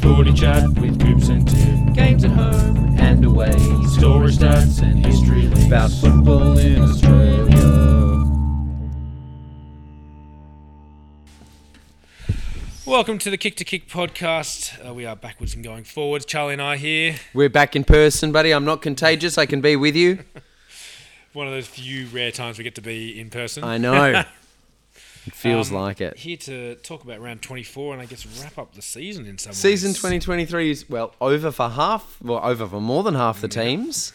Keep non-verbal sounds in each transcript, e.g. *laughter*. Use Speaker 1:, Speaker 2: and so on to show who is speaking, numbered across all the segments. Speaker 1: Footy chat with Goops and Tim.
Speaker 2: Games at home and away.
Speaker 1: Story stats and history links.
Speaker 2: About football in Australia.
Speaker 3: Welcome to the Kick to Kick podcast. Uh, we are backwards and going forwards. Charlie and I here.
Speaker 2: We're back in person, buddy. I'm not contagious. I can be with you.
Speaker 3: One of those few rare times we get to be in person.
Speaker 2: I *laughs* know. It feels
Speaker 3: Um,
Speaker 2: like it.
Speaker 3: Here to talk about round 24 and I guess wrap up the season in some
Speaker 2: Season
Speaker 3: ways.
Speaker 2: 2023 is, well, over for half, well, over for more than half the teams.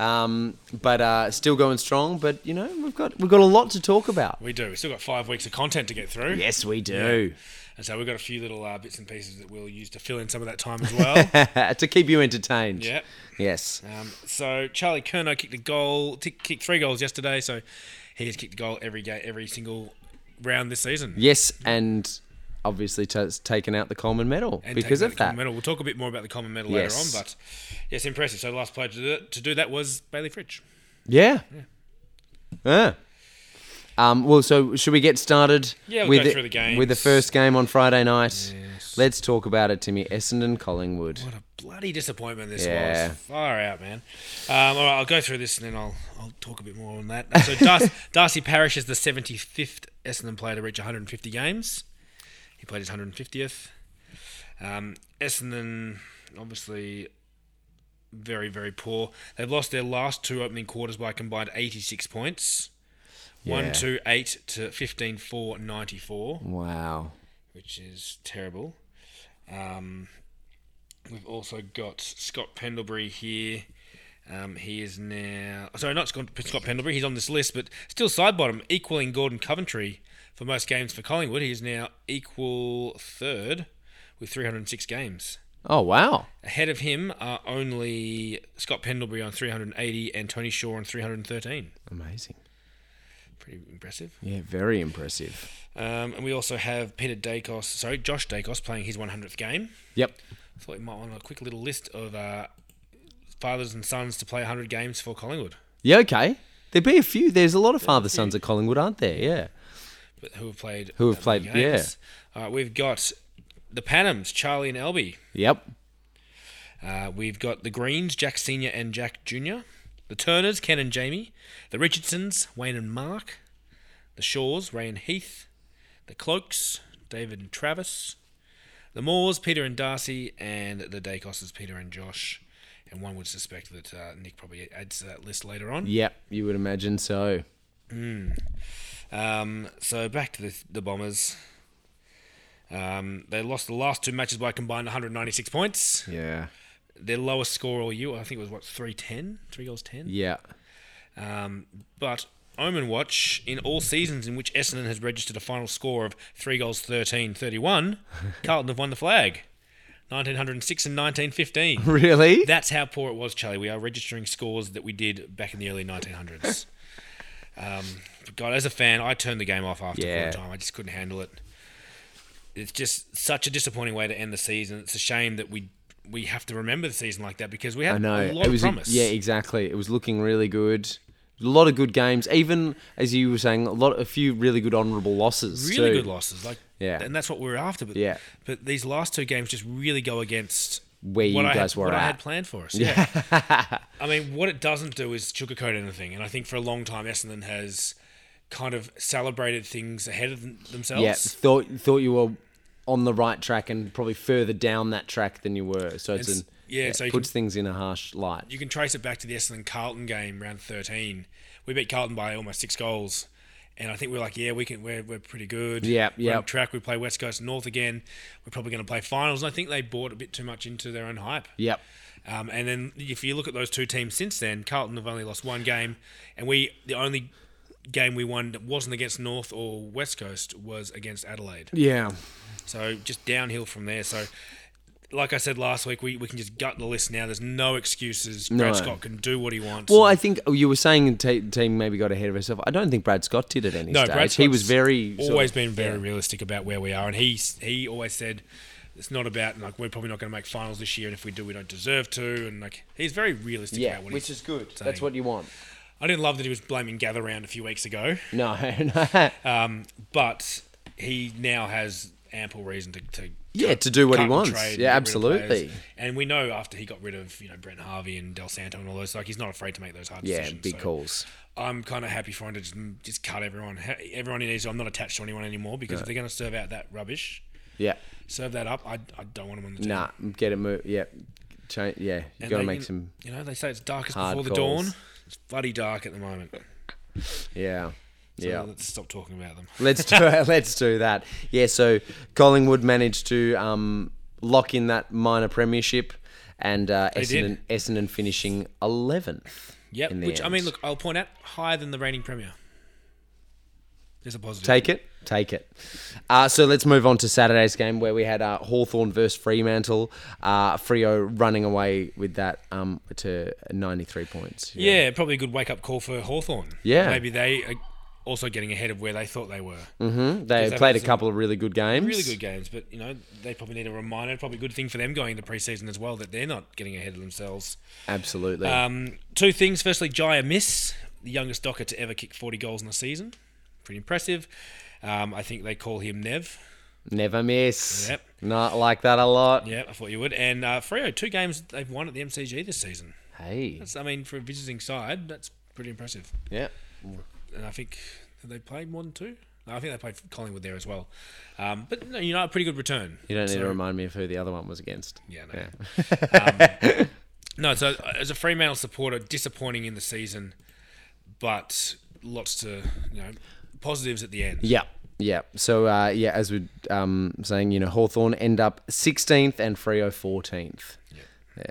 Speaker 2: Um, but uh, still going strong. But, you know, we've got, we've got a lot to talk about.
Speaker 3: We do. We've still got five weeks of content to get through.
Speaker 2: Yes, we do.
Speaker 3: And so we've got a few little uh, bits and pieces that we'll use to fill in some of that time as
Speaker 2: *laughs* *laughs*
Speaker 3: well.
Speaker 2: to keep you entertained.
Speaker 3: Yep.
Speaker 2: Yes.
Speaker 3: Um, so Charlie Kerno kicked a goal, t- kicked three goals yesterday. So he has kicked a goal every game, every single round this season.
Speaker 2: Yes, and obviously t- it's taken out the Coleman Medal
Speaker 3: and
Speaker 2: because
Speaker 3: taking
Speaker 2: of that.
Speaker 3: the Common medal. We'll talk a bit more about the common medal
Speaker 2: Yes.
Speaker 3: later on, but yes, impressive. So the last player to do, to do that was Bailey Fritsch.
Speaker 2: Yeah. Yeah. Um, well, so should we get started
Speaker 3: Yeah, we'll
Speaker 2: with,
Speaker 3: go
Speaker 2: it-
Speaker 3: through the
Speaker 2: with the
Speaker 3: games.
Speaker 2: first game on Friday night? Let's talk about it, Timmy. Essendon Collingwood.
Speaker 3: What a bloody disappointment this
Speaker 2: Yeah.
Speaker 3: was. Far out, man. Um, all right, I'll go through this and then I'll I'll talk a bit more on that. Uh, So
Speaker 2: *laughs*
Speaker 3: Darcy, Darcy Parish is the 75th Essendon player to reach 150 games. He played his 150th. Um, Essendon, obviously, very, very poor. They've lost their last two opening quarters by a combined 86 points.
Speaker 2: Yeah.
Speaker 3: One, two, eight to 15, 4, 94
Speaker 2: Wow.
Speaker 3: which is terrible. Um, we've also got Scott Pendlebury here. Um, he is now sorry, not Scott, Scott Pendlebury. He's on this list, but still side bottom, equaling Gordon Coventry for most games for Collingwood. He is now equal third with 306 games.
Speaker 2: Oh, wow.
Speaker 3: Ahead of him are only Scott Pendlebury on 380 and Tony Shaw on 313.
Speaker 2: Amazing.
Speaker 3: Pretty impressive.
Speaker 2: Yeah, very impressive.
Speaker 3: Um, and we also have Peter Dacos, sorry, Josh Dacos playing his 100th game.
Speaker 2: Yep.
Speaker 3: Thought we might want a quick little list of uh, fathers and sons to play 100 games for Collingwood,
Speaker 2: Yeah, okay. There'd be a few. There's a lot of father sons at Collingwood, aren't there? Yeah.
Speaker 3: but who have played
Speaker 2: Who have played-
Speaker 3: Yeah. All right, Uh, we've got the Panhams, Charlie and Elby.
Speaker 2: Yep.
Speaker 3: Uh, we've got the Greens, Jack Senior and Jack Junior. The Turners, Ken and Jamie. The Richardsons, Wayne and Mark. The Shaws, Ray and Heath. The Cloaks, David and Travis. The Moors, Peter and Darcy, and the Dacoses, Peter and Josh. And one would suspect that uh, Nick probably adds to that list later on.
Speaker 2: Yep. You would imagine so.
Speaker 3: Um, so back to the, the Bombers. Um, they lost the last two matches by a combined 196 points.
Speaker 2: Yeah.
Speaker 3: Their lowest score all year, I think it was what 310, three goals 10.
Speaker 2: Yeah. *laughs*
Speaker 3: Um, but Omen Watch in all seasons in which Essendon has registered a final score of three goals 13, 31, Carlton have won the flag, 1906 and 1915.
Speaker 2: Really?
Speaker 3: That's how poor it was, Charlie. We are registering scores that we did back in the early 1900s. *laughs* um, but God, as a fan, I turned the game off after
Speaker 2: Yeah.
Speaker 3: quarter time. I just couldn't handle it. It's just such a disappointing way to end the season. It's a shame that we we have to remember the season like that because we had
Speaker 2: I know.
Speaker 3: a lot
Speaker 2: it was
Speaker 3: of promise.
Speaker 2: yeah, exactly. It was looking really good. A lot of good games, even as you were saying, a lot, a few really good honourable losses.
Speaker 3: really
Speaker 2: too.
Speaker 3: good losses. Like
Speaker 2: Yeah.
Speaker 3: and that's what we're after. But
Speaker 2: Yeah.
Speaker 3: but these last two games just really go against
Speaker 2: Where
Speaker 3: what
Speaker 2: you
Speaker 3: I
Speaker 2: guys
Speaker 3: had,
Speaker 2: were
Speaker 3: what I
Speaker 2: at.
Speaker 3: had
Speaker 2: *laughs*
Speaker 3: planned for us. Yeah. I mean, what it doesn't do is sugarcoat anything, and I think for a long time Essendon has kind of celebrated things ahead of them- themselves.
Speaker 2: Yeah, thought thought you were on the right track and probably further down that track than you were. So it's,
Speaker 3: It's-
Speaker 2: an,
Speaker 3: yeah, so you
Speaker 2: puts things in a harsh light.
Speaker 3: You can trace it back to the Essendon Carlton game round 13. We beat Carlton by almost six goals. And I think we we're like, yeah, we can. We're, we're pretty good.
Speaker 2: Yep,
Speaker 3: We're on
Speaker 2: yep.
Speaker 3: track. We play West Coast North again. We're probably going to play finals. And I think they bought a bit too much into their own hype.
Speaker 2: Yep.
Speaker 3: Um, and then if you look at those two teams since then, Carlton have only lost one game, and we the only game we won that wasn't against North or West Coast was against Adelaide.
Speaker 2: Yeah.
Speaker 3: So just downhill from there. So. Like I said last week, we, we can just gut the list now. There's no excuses. Brad
Speaker 2: No.
Speaker 3: Scott can do what he wants.
Speaker 2: Well, I think oh, you were saying the te- team maybe got ahead of herself. I don't think Brad Scott did at any
Speaker 3: no,
Speaker 2: stage.
Speaker 3: Brad
Speaker 2: he was
Speaker 3: Scott's
Speaker 2: very sort of-
Speaker 3: always been very realistic about where we are, and he he always said it's not about like we're probably not going to make finals this year, and if we do, we don't deserve to. And like he's very realistic
Speaker 2: yeah,
Speaker 3: about what
Speaker 2: which
Speaker 3: he's
Speaker 2: is good.
Speaker 3: saying.
Speaker 2: That's what you want.
Speaker 3: I didn't love that he was
Speaker 2: *laughs*
Speaker 3: blaming Gather Round a few weeks ago,
Speaker 2: No, no.
Speaker 3: um, but he now has ample reason to, to
Speaker 2: Yeah, to do what he
Speaker 3: cut and
Speaker 2: wants.
Speaker 3: trade and
Speaker 2: Yeah,
Speaker 3: get rid of players.
Speaker 2: absolutely.
Speaker 3: And we know after he got rid of you know Brent Harvey and Del Santo and all those, like he's not afraid to make those hard
Speaker 2: Yeah,
Speaker 3: decisions.
Speaker 2: big
Speaker 3: so
Speaker 2: calls.
Speaker 3: I'm kind of happy for him to just, just cut everyone. He- Everyone he needs. to- I'm not attached to anyone anymore because if they're going to serve out that rubbish,
Speaker 2: Yeah.
Speaker 3: serve that up. I, I don't want him on the team.
Speaker 2: Nah, get it moved. Yeah. Change, yeah. You
Speaker 3: And
Speaker 2: got to
Speaker 3: they-
Speaker 2: make
Speaker 3: you-
Speaker 2: some.
Speaker 3: You know they say it's darkest
Speaker 2: hard
Speaker 3: before the
Speaker 2: calls.
Speaker 3: dawn. It's bloody dark at the moment.
Speaker 2: Yeah.
Speaker 3: So
Speaker 2: Yeah.
Speaker 3: Let's stop talking about them.
Speaker 2: Let's do *laughs* let's do that. Yeah, so Collingwood managed to um, lock in that minor premiership, and uh, Essendon,
Speaker 3: did.
Speaker 2: Essendon finishing eleventh.
Speaker 3: Yep.
Speaker 2: in the
Speaker 3: Which I
Speaker 2: end.
Speaker 3: mean, look, I'll point out higher than the reigning premier. There's a positive.
Speaker 2: Take it, take it. Uh, so let's move on to Saturday's game where we had uh, Hawthorn versus Fremantle. Uh, Frio running away with that um, to ninety three points.
Speaker 3: Yeah. probably a good wake up call for Hawthorn.
Speaker 2: Yeah.
Speaker 3: Maybe they are also getting ahead of where they thought they were.
Speaker 2: Mhm. they
Speaker 3: they've
Speaker 2: played
Speaker 3: had
Speaker 2: a
Speaker 3: some
Speaker 2: couple of really good games.
Speaker 3: Really good games, but you know they probably need a reminder. Probably a good thing for them going into preseason as well that they're not getting ahead of themselves.
Speaker 2: Absolutely.
Speaker 3: Um, two things. Firstly, Jaya Miss, the youngest Docker to ever kick 40 goals in a season. Pretty impressive. Um, I think they call him Nev.
Speaker 2: Never miss.
Speaker 3: Yep.
Speaker 2: Not like that a lot.
Speaker 3: Yeah, I thought you would. And uh, Freo, two games they've won at the MCG this season.
Speaker 2: Hey.
Speaker 3: That's, I mean, for a visiting side, that's pretty impressive.
Speaker 2: Yeah.
Speaker 3: And I think have they played more than two. No, I think they played Collingwood there as well. Um, but no, you know, a pretty good return.
Speaker 2: You don't need
Speaker 3: So-
Speaker 2: to remind me of who the other one was against.
Speaker 3: Yeah, no. Um, no, so as a Fremantle supporter, disappointing in the season, but lots to you know positives at the end.
Speaker 2: Yeah. Yeah. So uh, yeah, as we're um, saying, you know, Hawthorn end up 16th and Frio 14th. Yeah.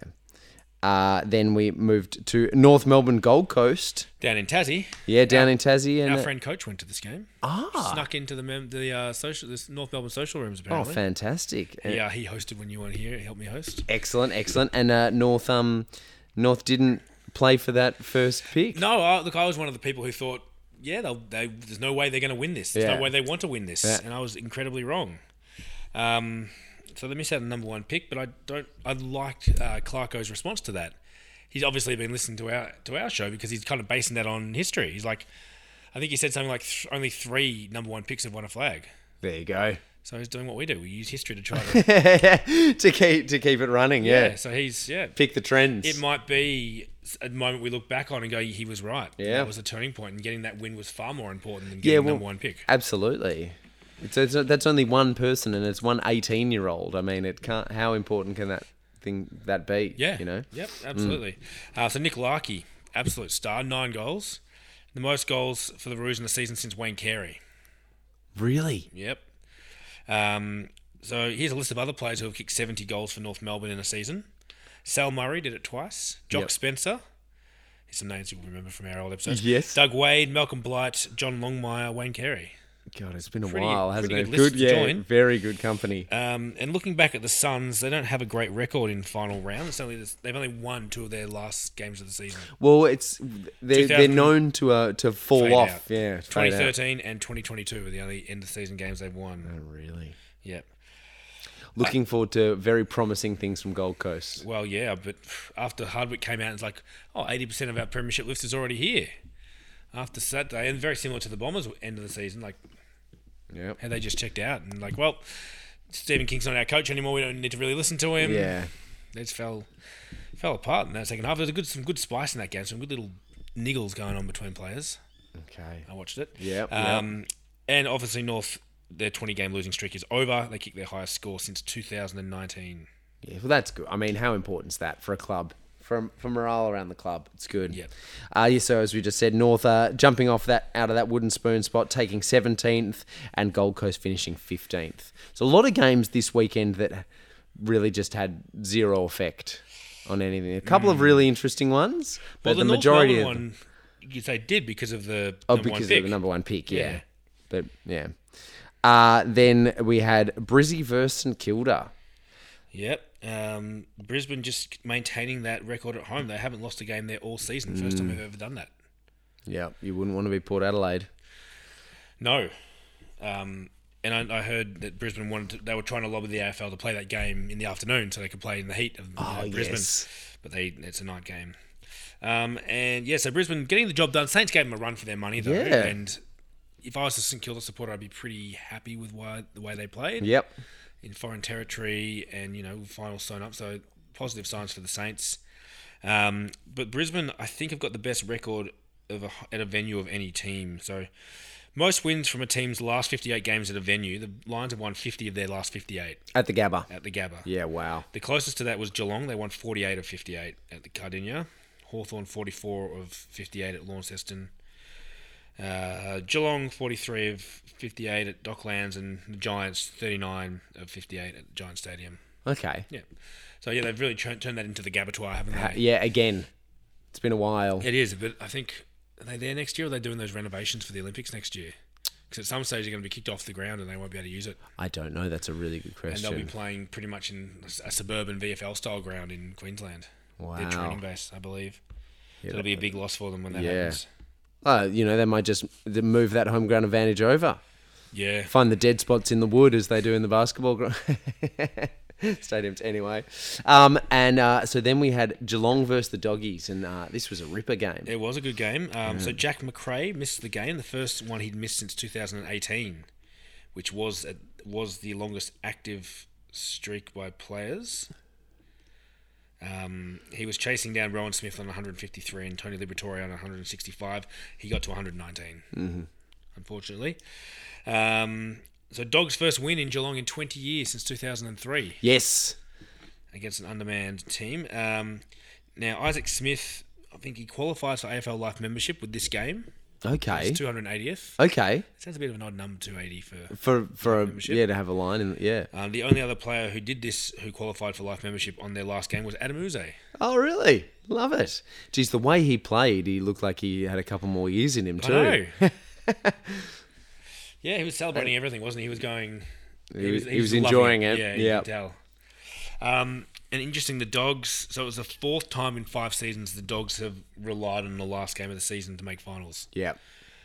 Speaker 2: Uh, then we moved to North Melbourne Gold Coast.
Speaker 3: Down in Tassie,
Speaker 2: Yeah, down in Tassie and uh,
Speaker 3: our friend Coach went to this game.
Speaker 2: Ah.
Speaker 3: snuck into the mem- the uh, social the North Melbourne social rooms
Speaker 2: oh,
Speaker 3: apparently.
Speaker 2: fantastic! And-
Speaker 3: yeah, he hosted when you weren't here. He helped me host.
Speaker 2: Excellent, excellent. And uh, North um, North didn't play for that first pick.
Speaker 3: No, I, look, I was one of the people who thought, yeah, they'll, they, there's no way they're going to win this. There's
Speaker 2: Yeah.
Speaker 3: no way they want to win this,
Speaker 2: Yeah.
Speaker 3: and I was incredibly wrong. Um, so they missed out on the number one pick, but I don't. I liked uh, Clarko's response to that. He's obviously been listening to our to our show because he's kind of basing that on history. He's like, I think he said something like th- only three number one picks have won a flag.
Speaker 2: There you go. *laughs*
Speaker 3: So he's doing what we do. We use history to try to.
Speaker 2: to keep to keep it running, *laughs* yeah.
Speaker 3: yeah. So he's yeah.
Speaker 2: Pick the trends.
Speaker 3: It might be a moment we look back on and go, he was right.
Speaker 2: Yeah.
Speaker 3: That was a turning point, and getting that win was far more important than getting
Speaker 2: well-
Speaker 3: number one pick.
Speaker 2: Absolutely. It's, it's, that's only one person, and it's one 18 year old. I mean, it can't. How important can that thing that be?
Speaker 3: Yeah.
Speaker 2: you know. Hmm.
Speaker 3: Yep, absolutely. Uh, so Nick Larkey, absolute star, nine goals. The most goals for the Roos in the season since Wayne Carey.
Speaker 2: Really?
Speaker 3: Yep. Um, so here's a list of other players who have kicked 70 goals for North Melbourne in a season. Sal Murray did it twice. Jock
Speaker 2: Yep.
Speaker 3: Spencer. Here's some names you'll remember from our old episodes.
Speaker 2: Yes.
Speaker 3: Doug Wade, Malcolm Blight, John Longmire, Wayne Carey.
Speaker 2: God, it's been a
Speaker 3: Pretty-
Speaker 2: while, hasn't
Speaker 3: pretty
Speaker 2: it?
Speaker 3: good list to
Speaker 2: yeah,
Speaker 3: join.
Speaker 2: very good company.
Speaker 3: Um, and looking back at the Suns, they don't have a great record in final round. It's only they've only won two of their last games of the season.
Speaker 2: Well, it's they're, they're
Speaker 3: 2000
Speaker 2: known to uh, to fall
Speaker 3: Fade
Speaker 2: off.
Speaker 3: out.
Speaker 2: Yeah, fade out.
Speaker 3: 2013 and 2022 were the only end of season games they've won.
Speaker 2: Oh, Really.
Speaker 3: Yep.
Speaker 2: Looking forward to very promising things from Gold Coast.
Speaker 3: Well, yeah, but after Hardwick came out, it's like, oh, 80% of our premiership list is already here. After Saturday, and very similar to the Bombers' end of the season, like
Speaker 2: Yeah.
Speaker 3: how they just checked out and like, well, Stephen King's not our coach anymore. We don't need to really listen to him.
Speaker 2: Yeah.
Speaker 3: they just fell fell apart in that second half. There's a good some good spice in that game. Some good little niggles going on between players.
Speaker 2: Okay.
Speaker 3: I watched it.
Speaker 2: Yep,
Speaker 3: Um, And obviously North, their 20 game losing streak is over. They kicked their highest score since 2019.
Speaker 2: Yeah, well, that's good. I mean, how important is that for a club? From for morale around the club, it's good.
Speaker 3: Yep.
Speaker 2: Uh, yeah. So as we just said, North uh, jumping off that out of that wooden spoon spot, taking seventeenth, and Gold Coast finishing fifteenth. So a lot of games this weekend that really just had zero effect on anything. A couple of really interesting ones, but
Speaker 3: Mm. Well,
Speaker 2: the, majority
Speaker 3: Melbourne
Speaker 2: of
Speaker 3: one, you could say did because of the
Speaker 2: Oh,
Speaker 3: number
Speaker 2: because
Speaker 3: one
Speaker 2: of
Speaker 3: pick.
Speaker 2: the number one pick, yeah.
Speaker 3: Yeah.
Speaker 2: But yeah. Uh, then we had Brizzy versus St Kilda.
Speaker 3: Yep. Um, Brisbane just maintaining that record at home. They haven't lost a game there all season. First
Speaker 2: Mm.
Speaker 3: time they've ever done that.
Speaker 2: Yeah, you wouldn't want to be Port Adelaide.
Speaker 3: No. Um, and I, I heard that Brisbane wanted to, they were trying to lobby the AFL to play that game in the afternoon so they could play in the heat of uh,
Speaker 2: Oh,
Speaker 3: Brisbane.
Speaker 2: yes.
Speaker 3: But they it's a night game. Um, and yeah, so Brisbane getting the job done. Saints gave them a run for their money though,
Speaker 2: Yeah.
Speaker 3: and if I was a St Kilda supporter, I'd be pretty happy with why, the way they played
Speaker 2: Yep.
Speaker 3: in foreign territory and, you know, final sewn up. So positive signs for the Saints. Um, but Brisbane, I think, have got the best record of a, at a venue of any team. So most wins from a team's last 58 games at a venue. The Lions have won 50 of their last 58
Speaker 2: At the Gabba.
Speaker 3: at the Gabba.
Speaker 2: Yeah, wow.
Speaker 3: The closest to that was Geelong. They won 48 of 58 at the Cardinia. Hawthorn 44 of 58 at Launceston. Uh, Geelong 43 of 58 at Docklands. And the Giants 39 of 58 at Giant Stadium.
Speaker 2: Okay.
Speaker 3: Yeah. So, yeah, they've really tr- turned that into the Gabatoir, haven't
Speaker 2: Uh,
Speaker 3: they?
Speaker 2: yeah, again, it's been a while.
Speaker 3: It is, but I think, are they there next year or are they doing those renovations for the Olympics next year? Because at some stage they're going to be kicked off the ground and they won't be able to use it.
Speaker 2: I don't know. That's a really good
Speaker 3: And they'll be
Speaker 2: question.
Speaker 3: playing pretty much in a suburban VFL style ground in Queensland. Their
Speaker 2: Wow.
Speaker 3: training base, I believe. So it'll be a big loss for them when that
Speaker 2: Yeah.
Speaker 3: happens.
Speaker 2: Oh, you know, they might just they move that home ground advantage over.
Speaker 3: Yeah.
Speaker 2: Find the dead spots in the wood as they do in the basketball ground. *laughs* Stadiums, anyway. Um, and uh, so then we had Geelong versus the Doggies, and uh, this was a ripper game.
Speaker 3: It was a good game. Um, So Jack McRae missed the game, the first one he'd missed since 2018, which was a, was the longest active streak by players. Um, he was chasing down Rowan Smith on 153 and Tony Liberatore on 165. He got to 119, unfortunately. Um, so Dogs' first win in Geelong in 20 years since 2003.
Speaker 2: Yes.
Speaker 3: against an undermanned team. Um, now Isaac Smith, I think he qualifies for AFL Life membership with this game.
Speaker 2: Okay.
Speaker 3: It's 280th.
Speaker 2: Okay.
Speaker 3: Sounds a bit of an odd number, 280 for.
Speaker 2: For for a,
Speaker 3: Membership.
Speaker 2: yeah to have a line in yeah.
Speaker 3: Um, the only other player who did this who qualified for life membership on their last game was Adam Uze.
Speaker 2: Oh really? Love it. Geez, the way he played, he looked like he had a couple more years in him
Speaker 3: I
Speaker 2: too.
Speaker 3: know. yeah, he was celebrating everything, wasn't he? He was going.
Speaker 2: He was- he was
Speaker 3: loving
Speaker 2: enjoying it,
Speaker 3: Yeah, you
Speaker 2: yeah.
Speaker 3: could tell. Um, and interesting, the dogs. So it was the fourth time in five seasons the dogs have relied on the last game of the season to make finals.
Speaker 2: Yeah.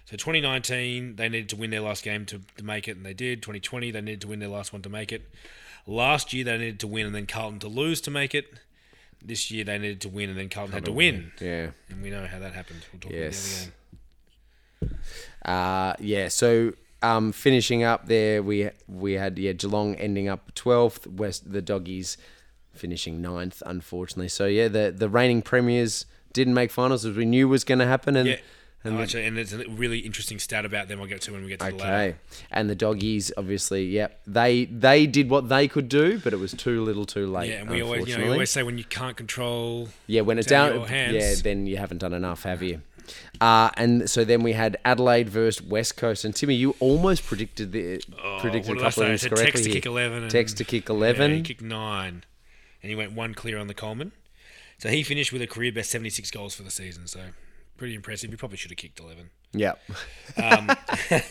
Speaker 3: So 2019, they needed to win their last game to, to make it, and they did. 2020, they needed to win their last one to make it. Last year, they needed to win and then Carlton to lose to make it. This year, they needed to win and then Carlton had to win.
Speaker 2: Yeah.
Speaker 3: And we know how that happened. We'll talk
Speaker 2: Yes.
Speaker 3: about
Speaker 2: Uh, yeah. So um, finishing up there, we we had yeah Geelong ending up twelfth, West the Doggies finishing ninth, unfortunately. So yeah, the the reigning premiers didn't make finals as we knew was going to happen, and
Speaker 3: the other game. Yeah. And, Oh, actually, and there's a really interesting stat about them I'll get to when we get to the latter.
Speaker 2: okay, and the Doggies obviously yeah they they did what they could do, but it was too little, too late.
Speaker 3: Yeah, and we always, you know, we
Speaker 2: unfortunately.
Speaker 3: always say when you can't control.
Speaker 2: Yeah, when it's
Speaker 3: down
Speaker 2: down,
Speaker 3: your hands.
Speaker 2: yeah, then you haven't done enough, have you? Uh, and so then we had Adelaide versus West Coast, and Timmy, you almost predicted the predicted
Speaker 3: Oh, what
Speaker 2: a
Speaker 3: did I
Speaker 2: couple of
Speaker 3: say? I
Speaker 2: things
Speaker 3: said
Speaker 2: correctly.
Speaker 3: text to
Speaker 2: here.
Speaker 3: kick 11 and-
Speaker 2: text to kick
Speaker 3: Yeah, he
Speaker 2: eleven.
Speaker 3: kicked nine, and he went one clear on the Coleman. So he finished with a career best 76 goals for the season. So pretty impressive. He probably should have kicked 11.
Speaker 2: Yeah, *laughs*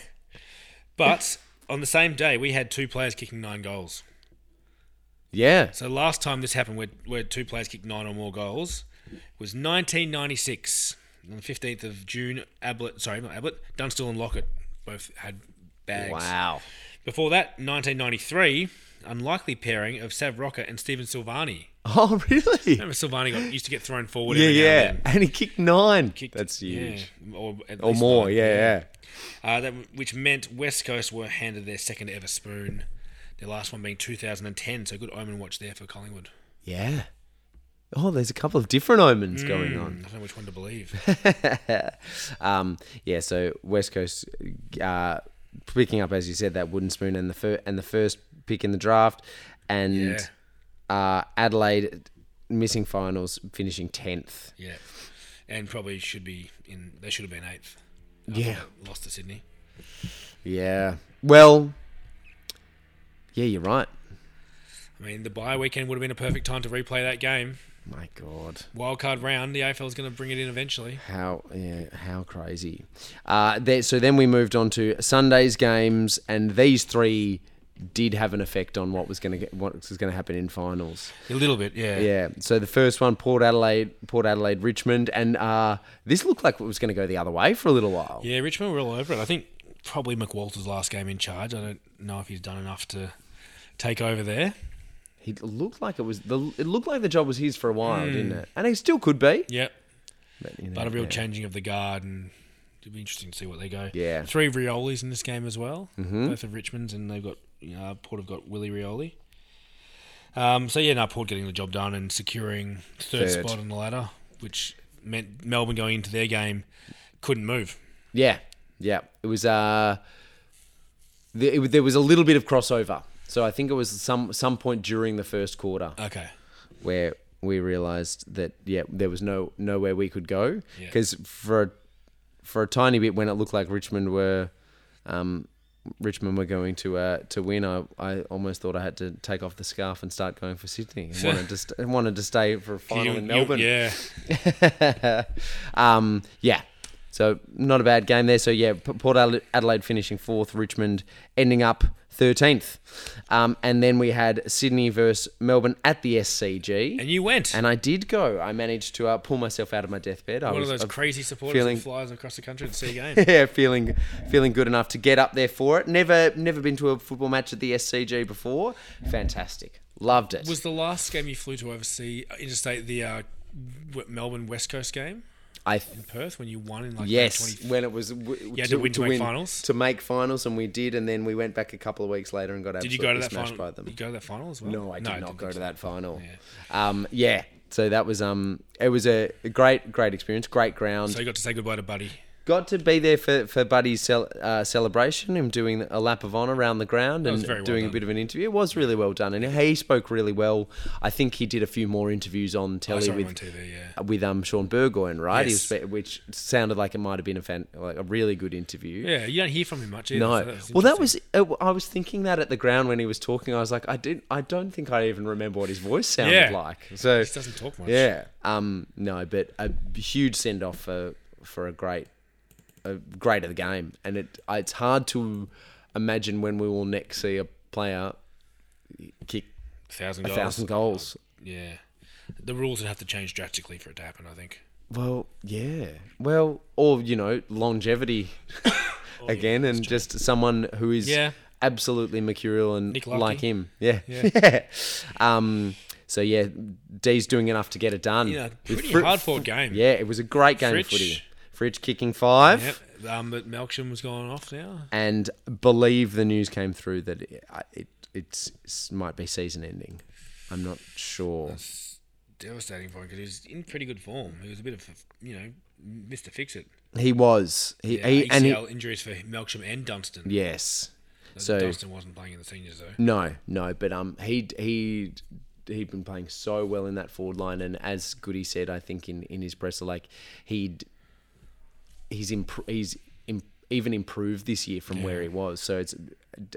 Speaker 3: But on the same day, we had two players kicking nine goals.
Speaker 2: yeah,
Speaker 3: So last time this happened, where, where two players kicked nine or more goals, was 1996 on the 15th of June. Ablett, sorry, not Ablett, Dunstall and Lockett both had bags.
Speaker 2: wow, *laughs*
Speaker 3: Before that, 1993, unlikely pairing of Sav Rocker and Stephen Silvani.
Speaker 2: oh really?
Speaker 3: Remember Silvani got, used to get thrown forward.
Speaker 2: Yeah,
Speaker 3: every now and
Speaker 2: yeah,
Speaker 3: then.
Speaker 2: and he kicked nine.
Speaker 3: Kicked-
Speaker 2: That's huge.
Speaker 3: yeah, or, at
Speaker 2: Or
Speaker 3: least
Speaker 2: more,
Speaker 3: nine,
Speaker 2: yeah, yeah.
Speaker 3: uh, that, which meant West Coast were handed their second ever spoon, their last one being 2010. So good omen watch there for Collingwood.
Speaker 2: Yeah. Oh, there's a couple of different omens going on.
Speaker 3: I don't know which one to believe.
Speaker 2: *laughs* um, yeah, so West Coast uh, picking up, as you said, that wooden spoon and the fir- and the first pick in the draft, and uh, Adelaide missing finals, finishing tenth.
Speaker 3: Yeah, and probably should be in. They should have been eighth.
Speaker 2: Yeah,
Speaker 3: Lost to Sydney.
Speaker 2: yeah. Well, yeah, you're right.
Speaker 3: I mean, the bye weekend would have been a perfect time to replay that game.
Speaker 2: My God.
Speaker 3: Wildcard round, the AFL is going to bring it in eventually.
Speaker 2: How yeah, how crazy. Uh, there, so then we moved on to Sunday's games, and these three did have an effect on what was going to get what was going to happen in finals.
Speaker 3: A little bit, yeah.
Speaker 2: Yeah. So the first one, Port Adelaide, Port Adelaide, Richmond, and uh, this looked like it was going to go the other way for a little while.
Speaker 3: Yeah, Richmond were all over it. I think probably McWalter's last game in charge. I don't know if he's done enough to take over there.
Speaker 2: He looked like it was the it looked like the job was his for a while, didn't it? And he still could be.
Speaker 3: Yep.
Speaker 2: Hmm. But, you know,
Speaker 3: But a real
Speaker 2: yeah.
Speaker 3: changing of the guard and It'll be interesting to see what they go.
Speaker 2: Yeah. Mm-hmm.
Speaker 3: Three Riolis in this game as well. Both of Richmond's, and they've got uh, Port have got Willie Rioli. Um, so yeah, no, Port getting the job done and securing third,
Speaker 2: Third.
Speaker 3: spot on the ladder, which meant Melbourne going into their game couldn't move.
Speaker 2: Yeah, yeah. It was uh, the, it, was- there was a little bit of crossover. So I think it was some some point during the first quarter
Speaker 3: Okay.
Speaker 2: where we realized that yeah, there was no nowhere we could go
Speaker 3: Yeah.
Speaker 2: because for a, for a tiny bit when it looked like Richmond were. Um, Richmond were going to uh, to win. I, I almost thought I had to take off the scarf and start going for
Speaker 3: *laughs*
Speaker 2: Sydney. I wanted to st- wanted to stay for a final
Speaker 3: You-
Speaker 2: in
Speaker 3: you-
Speaker 2: Melbourne.
Speaker 3: yeah.
Speaker 2: *laughs* um, yeah. So not a bad game there. So yeah, P- Port Adela- Adelaide finishing fourth, Richmond ending up thirteenth, um, and then we had Sydney versus Melbourne at the SCG.
Speaker 3: And you went.
Speaker 2: And I did go. I managed to uh, pull myself out of my deathbed. I
Speaker 3: One
Speaker 2: was
Speaker 3: of those
Speaker 2: uh,
Speaker 3: crazy supporters
Speaker 2: feeling-
Speaker 3: that flies across the country to see a game.
Speaker 2: *laughs* yeah, feeling feeling good enough to get up there for it. Never never been to a football match at the SCG before. Fantastic, loved it.
Speaker 3: Was the last game you flew to oversee uh, interstate the uh, w- Melbourne West Coast game
Speaker 2: I
Speaker 3: in Perth when you won in like
Speaker 2: Yes,
Speaker 3: twenty?
Speaker 2: when it was w-
Speaker 3: had to win to make finals?
Speaker 2: to make finals, and we did, and then we went back a couple of weeks later and got
Speaker 3: Did you
Speaker 2: absolutely
Speaker 3: go to that
Speaker 2: smashed
Speaker 3: final?
Speaker 2: by them.
Speaker 3: Did you go to that final as well?
Speaker 2: No, I did not go to that final.
Speaker 3: Yeah.
Speaker 2: Yeah. Um, yeah, so that was um, it was a a great great experience, great ground.
Speaker 3: So you got to say goodbye to Buddy.
Speaker 2: got to be there for for Buddy's cel- uh, celebration, him doing a lap of honour around the ground
Speaker 3: was
Speaker 2: and
Speaker 3: very well
Speaker 2: doing a
Speaker 3: done.
Speaker 2: bit of an interview. It was really well done, and he spoke really well. I think he did a few more interviews on
Speaker 3: Oh, I
Speaker 2: telly
Speaker 3: saw him
Speaker 2: with
Speaker 3: on TV. Yeah.
Speaker 2: with um Sean Burgoyne, right? He was
Speaker 3: Yes.
Speaker 2: spe- which sounded like it might have been a fan- like a really good interview.
Speaker 3: Yeah, you don't hear from him much either.
Speaker 2: No,
Speaker 3: so was
Speaker 2: well, that
Speaker 3: interesting.
Speaker 2: was. Uh, I was thinking that at the ground when he was talking, I was like, I did. I don't think I even remember what his voice sounded
Speaker 3: Yeah.
Speaker 2: like. So
Speaker 3: He just doesn't talk much.
Speaker 2: uh, Yeah. Um. No, but a huge send off for for a great, a great of the game, and it uh, it's hard to imagine when we will next see a player kick
Speaker 3: thousand
Speaker 2: a
Speaker 3: goals.
Speaker 2: thousand goals.
Speaker 3: Yeah, the rules would have to change drastically for it to happen. I think.
Speaker 2: Well, yeah. Well, or you know,
Speaker 3: *laughs*
Speaker 2: longevity again, and just someone who is
Speaker 3: Yeah.
Speaker 2: absolutely mercurial and
Speaker 3: Nick Lockie.
Speaker 2: like him. *laughs* Yeah.
Speaker 3: Yeah.
Speaker 2: um. So yeah, D's doing enough to get it done.
Speaker 3: Yeah,
Speaker 2: With
Speaker 3: pretty
Speaker 2: Fri-
Speaker 3: hard fought game.
Speaker 2: Yeah, it was a great game of
Speaker 3: Fritsch.
Speaker 2: footy. Fridge kicking five,
Speaker 3: Yep. Um, but Melksham was going off now.
Speaker 2: and believe the news came through that it it it's, it's- might be season ending. I'm not sure.
Speaker 3: It's devastating for him because he was in pretty good form. He was a bit of a, you know Mister Fix It.
Speaker 2: He was he,
Speaker 3: Yeah,
Speaker 2: he
Speaker 3: ACL
Speaker 2: and he,
Speaker 3: injuries for Melksham and Dunstan. Uh,
Speaker 2: yes. So
Speaker 3: Dunstan wasn't playing in the seniors though.
Speaker 2: No, no, but um, he he he'd been playing so well in that forward line, and as Goody said, I think in in his presser, like he'd he's imp- he's im- even improved this year from where he was. So it's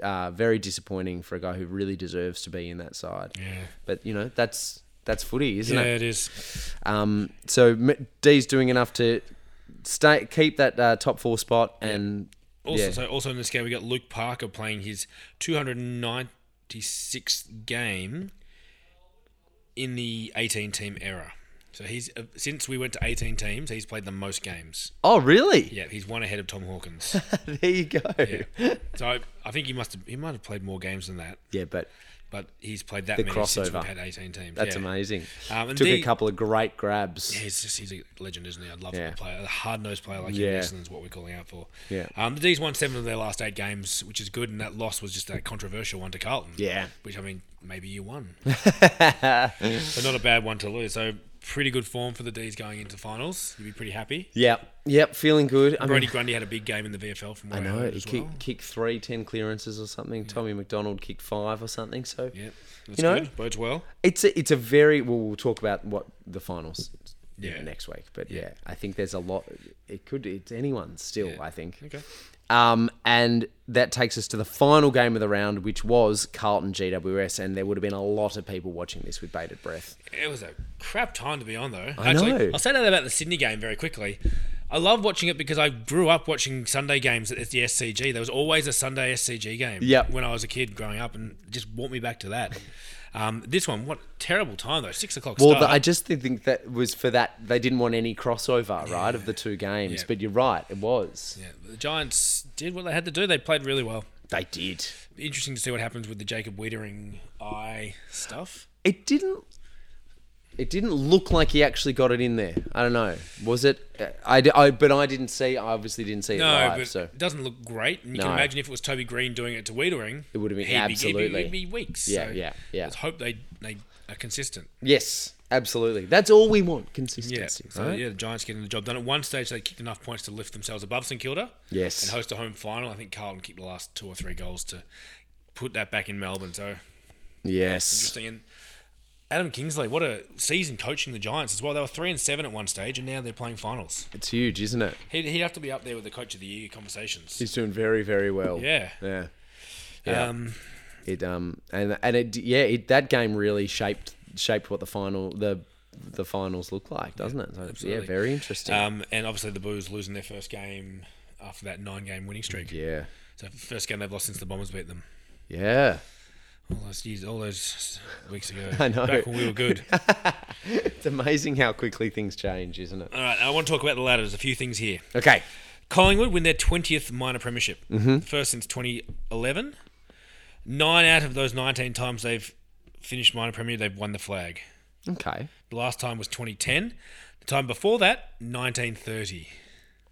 Speaker 2: uh, very disappointing for a guy who really deserves to be in that side.
Speaker 3: Yeah.
Speaker 2: But you know that's that's footy, isn't
Speaker 3: Yeah,
Speaker 2: it?
Speaker 3: it is.
Speaker 2: Um, so M- D's doing enough to stay keep that uh, top four spot, and
Speaker 3: Also,
Speaker 2: yeah.
Speaker 3: so also in this game we got Luke Parker playing his 296th game in the 18 team era. So he's uh, since we went to 18 teams, he's played the most games.
Speaker 2: oh really?
Speaker 3: Yeah, he's one ahead of Tom Hawkins.
Speaker 2: *laughs* there you go. Yeah,
Speaker 3: so I, I think he must have he might have played more games than that,
Speaker 2: but
Speaker 3: but he's played that
Speaker 2: The
Speaker 3: many since we've
Speaker 2: crossover.
Speaker 3: had 18 teams.
Speaker 2: That's
Speaker 3: yeah.
Speaker 2: amazing.
Speaker 3: Um, and
Speaker 2: Took
Speaker 3: the-
Speaker 2: a couple of great grabs.
Speaker 3: Yeah, he's just he's a legend, isn't he? I'd love
Speaker 2: Yeah.
Speaker 3: to play a hard nosed player like
Speaker 2: Yeah.
Speaker 3: him. Nelson is what we're calling out for.
Speaker 2: Yeah.
Speaker 3: Um, the D's won seven of their last eight games, which is good, and that loss was just a controversial one to Carlton.
Speaker 2: Yeah.
Speaker 3: Which I mean, maybe you
Speaker 2: *laughs*
Speaker 3: won, but not a bad one to lose. So pretty good form for the D's going into finals. You'd be pretty happy.
Speaker 2: Yep, yep, feeling good. I
Speaker 3: Brody
Speaker 2: mean,
Speaker 3: Grundy had a big game in the VFL from
Speaker 2: I
Speaker 3: where I
Speaker 2: know
Speaker 3: heard
Speaker 2: he
Speaker 3: as
Speaker 2: kicked,
Speaker 3: well.
Speaker 2: kicked three, ten clearances or something. Tommy McDonald kicked five or something. So
Speaker 3: Yeah, that's
Speaker 2: You know-
Speaker 3: good. bodes well.
Speaker 2: it's a, it's a very. Well, we'll talk about what the finals.
Speaker 3: Yeah.
Speaker 2: next week. But yeah. I think there's a lot. It could. It's anyone's still. I think.
Speaker 3: Okay.
Speaker 2: Um, and that takes us to the final game of the round, which was Carlton GWS, and there would have been a lot of people watching this with bated breath.
Speaker 3: It was a crap time to be on, though.
Speaker 2: I
Speaker 3: Actually,
Speaker 2: know.
Speaker 3: I'll say that about the Sydney game very quickly. I love watching it because I grew up watching Sunday games at the SCG. There was always a Sunday SCG game
Speaker 2: Yep.
Speaker 3: when I was a kid growing up, and it just brought me back to that. Um, this one, what terrible time though! Six o'clock
Speaker 2: Well,
Speaker 3: start.
Speaker 2: the, I just thi- think that was for that they didn't want any crossover, right, of the two games.
Speaker 3: Yeah.
Speaker 2: But you're right, it was.
Speaker 3: yeah, the Giants did what they had to do. They played really well.
Speaker 2: They did.
Speaker 3: Interesting to see what happens with the Jacob Wiedering eye stuff.
Speaker 2: It didn't. It didn't look like he actually got it in there. I don't know. Was it? uh, I, I but I didn't see. I obviously didn't see it
Speaker 3: No,
Speaker 2: live,
Speaker 3: but
Speaker 2: so
Speaker 3: it doesn't look great. And you
Speaker 2: No.
Speaker 3: can imagine if it was Toby Green doing it to Wiedering,
Speaker 2: It would've been-
Speaker 3: he'd be- he'd be-
Speaker 2: absolutely.
Speaker 3: he'd be weeks.
Speaker 2: Yeah,
Speaker 3: so
Speaker 2: yeah, yeah.
Speaker 3: Let's hope they they are consistent.
Speaker 2: yes, absolutely. That's all we want:
Speaker 3: Yeah.
Speaker 2: consistency.
Speaker 3: So
Speaker 2: right?
Speaker 3: yeah, the Giants getting the job done. At one stage, they kicked enough points to lift themselves above St Kilda.
Speaker 2: Yes.
Speaker 3: And host a home final. I think Carlton kicked the last two or three goals to put that back in Melbourne. So
Speaker 2: Yes.
Speaker 3: interesting. And Adam Kingsley, what a season coaching the Giants as well. They were three and seven at one stage, and now they're playing finals.
Speaker 2: It's huge, isn't it?
Speaker 3: He'd, he'd have to be up there with the coach of the year conversations.
Speaker 2: He's doing very, very well.
Speaker 3: Yeah.
Speaker 2: Yeah. Yeah.
Speaker 3: Um,
Speaker 2: It um and and it yeah it, that game really shaped shaped what the final the the finals look like, doesn't it? So,
Speaker 3: absolutely.
Speaker 2: Yeah, very interesting.
Speaker 3: um, and obviously the Blues losing their first game after that nine-game winning streak.
Speaker 2: yeah.
Speaker 3: So first game they've lost since the Bombers beat them.
Speaker 2: Yeah.
Speaker 3: All those years, all those weeks ago.
Speaker 2: *laughs* I know.
Speaker 3: Back when we were good.
Speaker 2: *laughs* It's amazing how quickly things change, isn't it?
Speaker 3: all right, I want to talk about the ladder. There's a few things here.
Speaker 2: Okay.
Speaker 3: Collingwood win their 20th minor premiership,
Speaker 2: Mm-hmm.
Speaker 3: first since 2011. Nine out of those 19 times they've finished minor premier, they've won the flag.
Speaker 2: Okay.
Speaker 3: The last time was 2010. The time before that, 1930.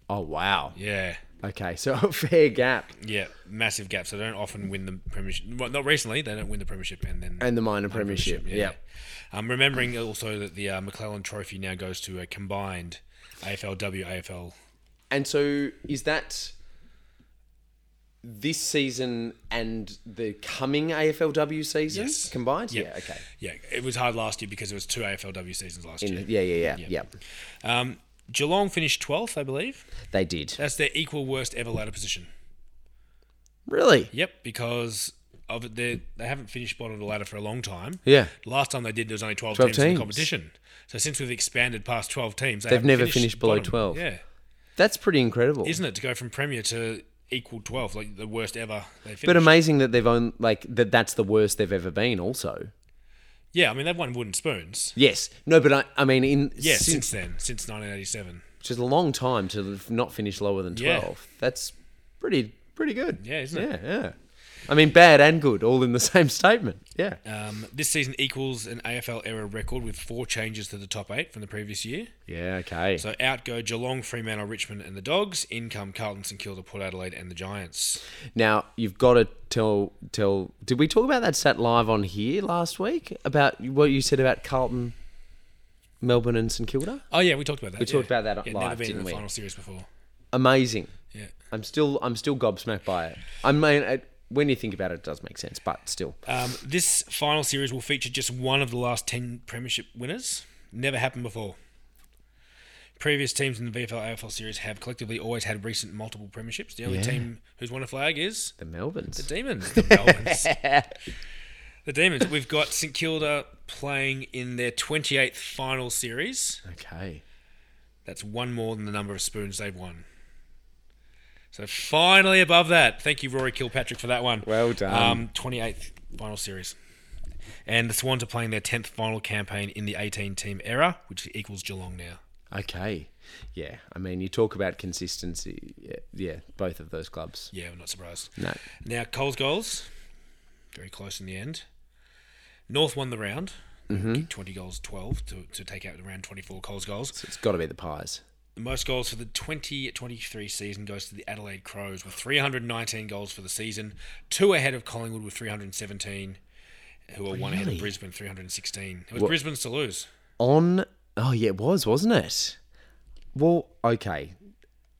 Speaker 2: Oh wow.
Speaker 3: Yeah,
Speaker 2: Okay, so *laughs* a fair gap
Speaker 3: yeah, massive gap. So they don't often win the premiership. Well, not recently, they don't win the premiership, and then
Speaker 2: and the minor premiership. Yeah.
Speaker 3: Um, remembering also that the uh, McClellan Trophy now goes to a combined AFLW AFL.
Speaker 2: And so is that this season and the coming AFLW season
Speaker 3: Yes.
Speaker 2: combined?
Speaker 3: Yeah.
Speaker 2: Yeah. Okay.
Speaker 3: Yeah, it was hard last year because it was two AFLW seasons last
Speaker 2: In
Speaker 3: year.
Speaker 2: the, yeah, yeah, yeah, yeah,
Speaker 3: Um, Geelong finished 12th, I believe.
Speaker 2: They did.
Speaker 3: That's their equal worst ever ladder position.
Speaker 2: Really?
Speaker 3: Yep, because of it, they they haven't finished bottom of the ladder for a long time.
Speaker 2: Yeah.
Speaker 3: Last time they did, there was only 12,
Speaker 2: 12
Speaker 3: teams, in
Speaker 2: teams.
Speaker 3: the competition. So since we've expanded past 12 teams, they
Speaker 2: They've
Speaker 3: haven't
Speaker 2: never finished below
Speaker 3: bottom.
Speaker 2: 12.
Speaker 3: Yeah,
Speaker 2: That's pretty incredible.
Speaker 3: isn't it to go from Premier to equal 12, like the worst ever they finished?
Speaker 2: but amazing that they've owned like that. That's the worst they've ever been. Also,
Speaker 3: yeah, I mean they've won wooden spoons.
Speaker 2: yes, no, but I, I mean, in
Speaker 3: Yeah,
Speaker 2: since,
Speaker 3: since then, since 1987.
Speaker 2: which is a long time to not finish lower than
Speaker 3: Yeah.
Speaker 2: twelve. That's pretty pretty good.
Speaker 3: Yeah, isn't
Speaker 2: yeah,
Speaker 3: it?
Speaker 2: Yeah, I mean, bad and good, all in the *laughs* same statement. Yeah.
Speaker 3: Um, this season equals an AFL era record with four changes to the top eight from the previous year.
Speaker 2: Yeah. Okay.
Speaker 3: So out go Geelong, Fremantle, Richmond, and the Dogs. In come Carlton, St Kilda, Port Adelaide, and the Giants.
Speaker 2: now you've got to tell tell. Did we talk about that sat live on here last week about what you said about Carlton, Melbourne, and St Kilda?
Speaker 3: Oh yeah, we talked about that. We
Speaker 2: talked about that
Speaker 3: yeah,
Speaker 2: live,
Speaker 3: never been
Speaker 2: didn't
Speaker 3: in the
Speaker 2: we?
Speaker 3: final series before.
Speaker 2: Amazing.
Speaker 3: Yeah.
Speaker 2: I'm still I'm still gobsmacked by it. I mean, it, when you think about it, it does make sense, but still,
Speaker 3: Um, this final series will feature just one of the last ten premiership winners. Never happened before. Previous teams in the VFL AFL series have collectively always had recent multiple premierships. The only
Speaker 2: Yeah.
Speaker 3: team who's won a flag is
Speaker 2: the Melbournes.
Speaker 3: Demons, the Melbournes. the Demons. We've got St Kilda playing in their 28th final series.
Speaker 2: okay.
Speaker 3: That's one more than the number of spoons they've won. So finally above that. Thank you, Rory Kilpatrick, for that one.
Speaker 2: Well done.
Speaker 3: Um, 28th final series. And the Swans are playing their 10th final campaign in the 18 team era, which equals Geelong now.
Speaker 2: Okay. Yeah. I mean, you talk about consistency. Yeah, yeah both of those clubs.
Speaker 3: Yeah, I'm not surprised.
Speaker 2: No.
Speaker 3: Now, Coles goals, very close in the end. North won the round,
Speaker 2: Mm-hmm.
Speaker 3: kicked 20 goals, 12 to, to take out the round 24 Coles goals.
Speaker 2: It's got to be the Pies.
Speaker 3: The most goals for the 2023 season goes to the Adelaide Crows with 319 goals for the season, two ahead of Collingwood with 317, who are one ahead of Brisbane, 316. It was Brisbane's to lose.
Speaker 2: On. Oh, yeah, it was, wasn't it? Well, okay.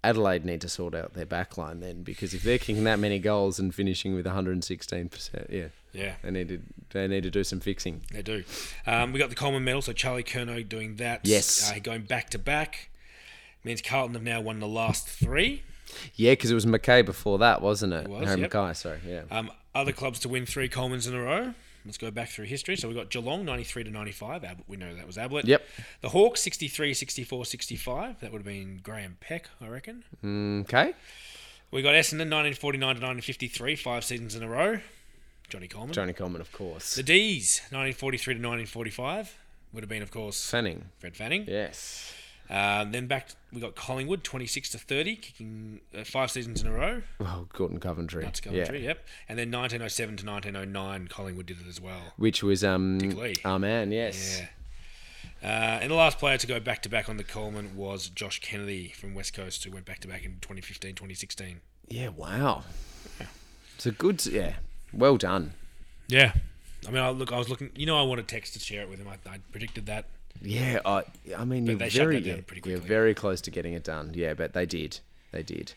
Speaker 2: Adelaide need to sort out their back line then, because if they're kicking that many goals and finishing with 116%, yeah,
Speaker 3: Yeah,
Speaker 2: they need to, they need to do some fixing.
Speaker 3: they do. Um, we got the Coleman Medal, so Charlie Kerno doing that.
Speaker 2: Yes.
Speaker 3: Uh, going back to back. Means Carlton have now won the last three.
Speaker 2: Yeah, because it was McKay before that, wasn't it?
Speaker 3: was,
Speaker 2: Harry
Speaker 3: yep.
Speaker 2: McKay, sorry, yeah.
Speaker 3: Um, other clubs to win three Colemans in a row. Let's go back through history. So we got Geelong 93 to 95. Ab- we know that was Ablett.
Speaker 2: Yep.
Speaker 3: The Hawks 63, 64, 65. That would have been Graham Peck, I reckon.
Speaker 2: Okay.
Speaker 3: We got Essendon 1949 to 1953, five seasons in a row. Johnny Coleman.
Speaker 2: Johnny Coleman, of course.
Speaker 3: The D's 1943 to 1945 would have been, of course,
Speaker 2: Fanning.
Speaker 3: Fred Fanning.
Speaker 2: Yes.
Speaker 3: Um, then back we got Collingwood 26 to 30, kicking uh, five seasons in a row.
Speaker 2: Well, Gordon Coventry.
Speaker 3: That's Coventry, yep. And then 1907 to 1909, Collingwood did it as well.
Speaker 2: Which was um
Speaker 3: Lee.
Speaker 2: our man, yes.
Speaker 3: Yeah. Uh, and the last player to go back to back on the Coleman was Josh Kennedy from West Coast, who went back to back in 2015 2016.
Speaker 2: Yeah, wow. It's a good, yeah. Well done.
Speaker 3: Yeah. I mean, I look. I was looking. You know, I wanted Tex to share it with him. I, I predicted that.
Speaker 2: Yeah, I, I mean, you're
Speaker 3: they shut
Speaker 2: very,
Speaker 3: that down
Speaker 2: yeah,
Speaker 3: pretty
Speaker 2: you're
Speaker 3: quickly.
Speaker 2: very close to getting it done. Yeah, but they did. They did.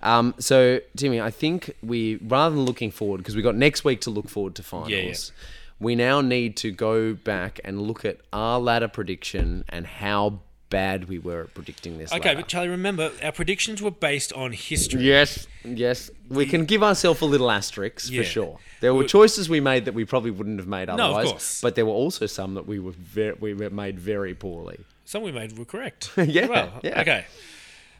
Speaker 2: Um, so, Timmy, I think we, rather than looking forward, because we got next week to look forward to finals,
Speaker 3: yeah.
Speaker 2: we now need to go back and look at our ladder prediction and how bad we were at predicting this.
Speaker 3: Okay,
Speaker 2: ladder.
Speaker 3: but Charlie, remember our predictions were based on history.
Speaker 2: Yes, yes. We can give ourselves a little asterisk
Speaker 3: Yeah.
Speaker 2: for sure. There were
Speaker 3: We-
Speaker 2: choices we made that we probably wouldn't have made
Speaker 3: of
Speaker 2: otherwise,
Speaker 3: course.
Speaker 2: but there were also some that we were ver- we were made very poorly.
Speaker 3: Some we made were correct.
Speaker 2: *laughs* Yeah,
Speaker 3: Well,
Speaker 2: yeah.
Speaker 3: Okay.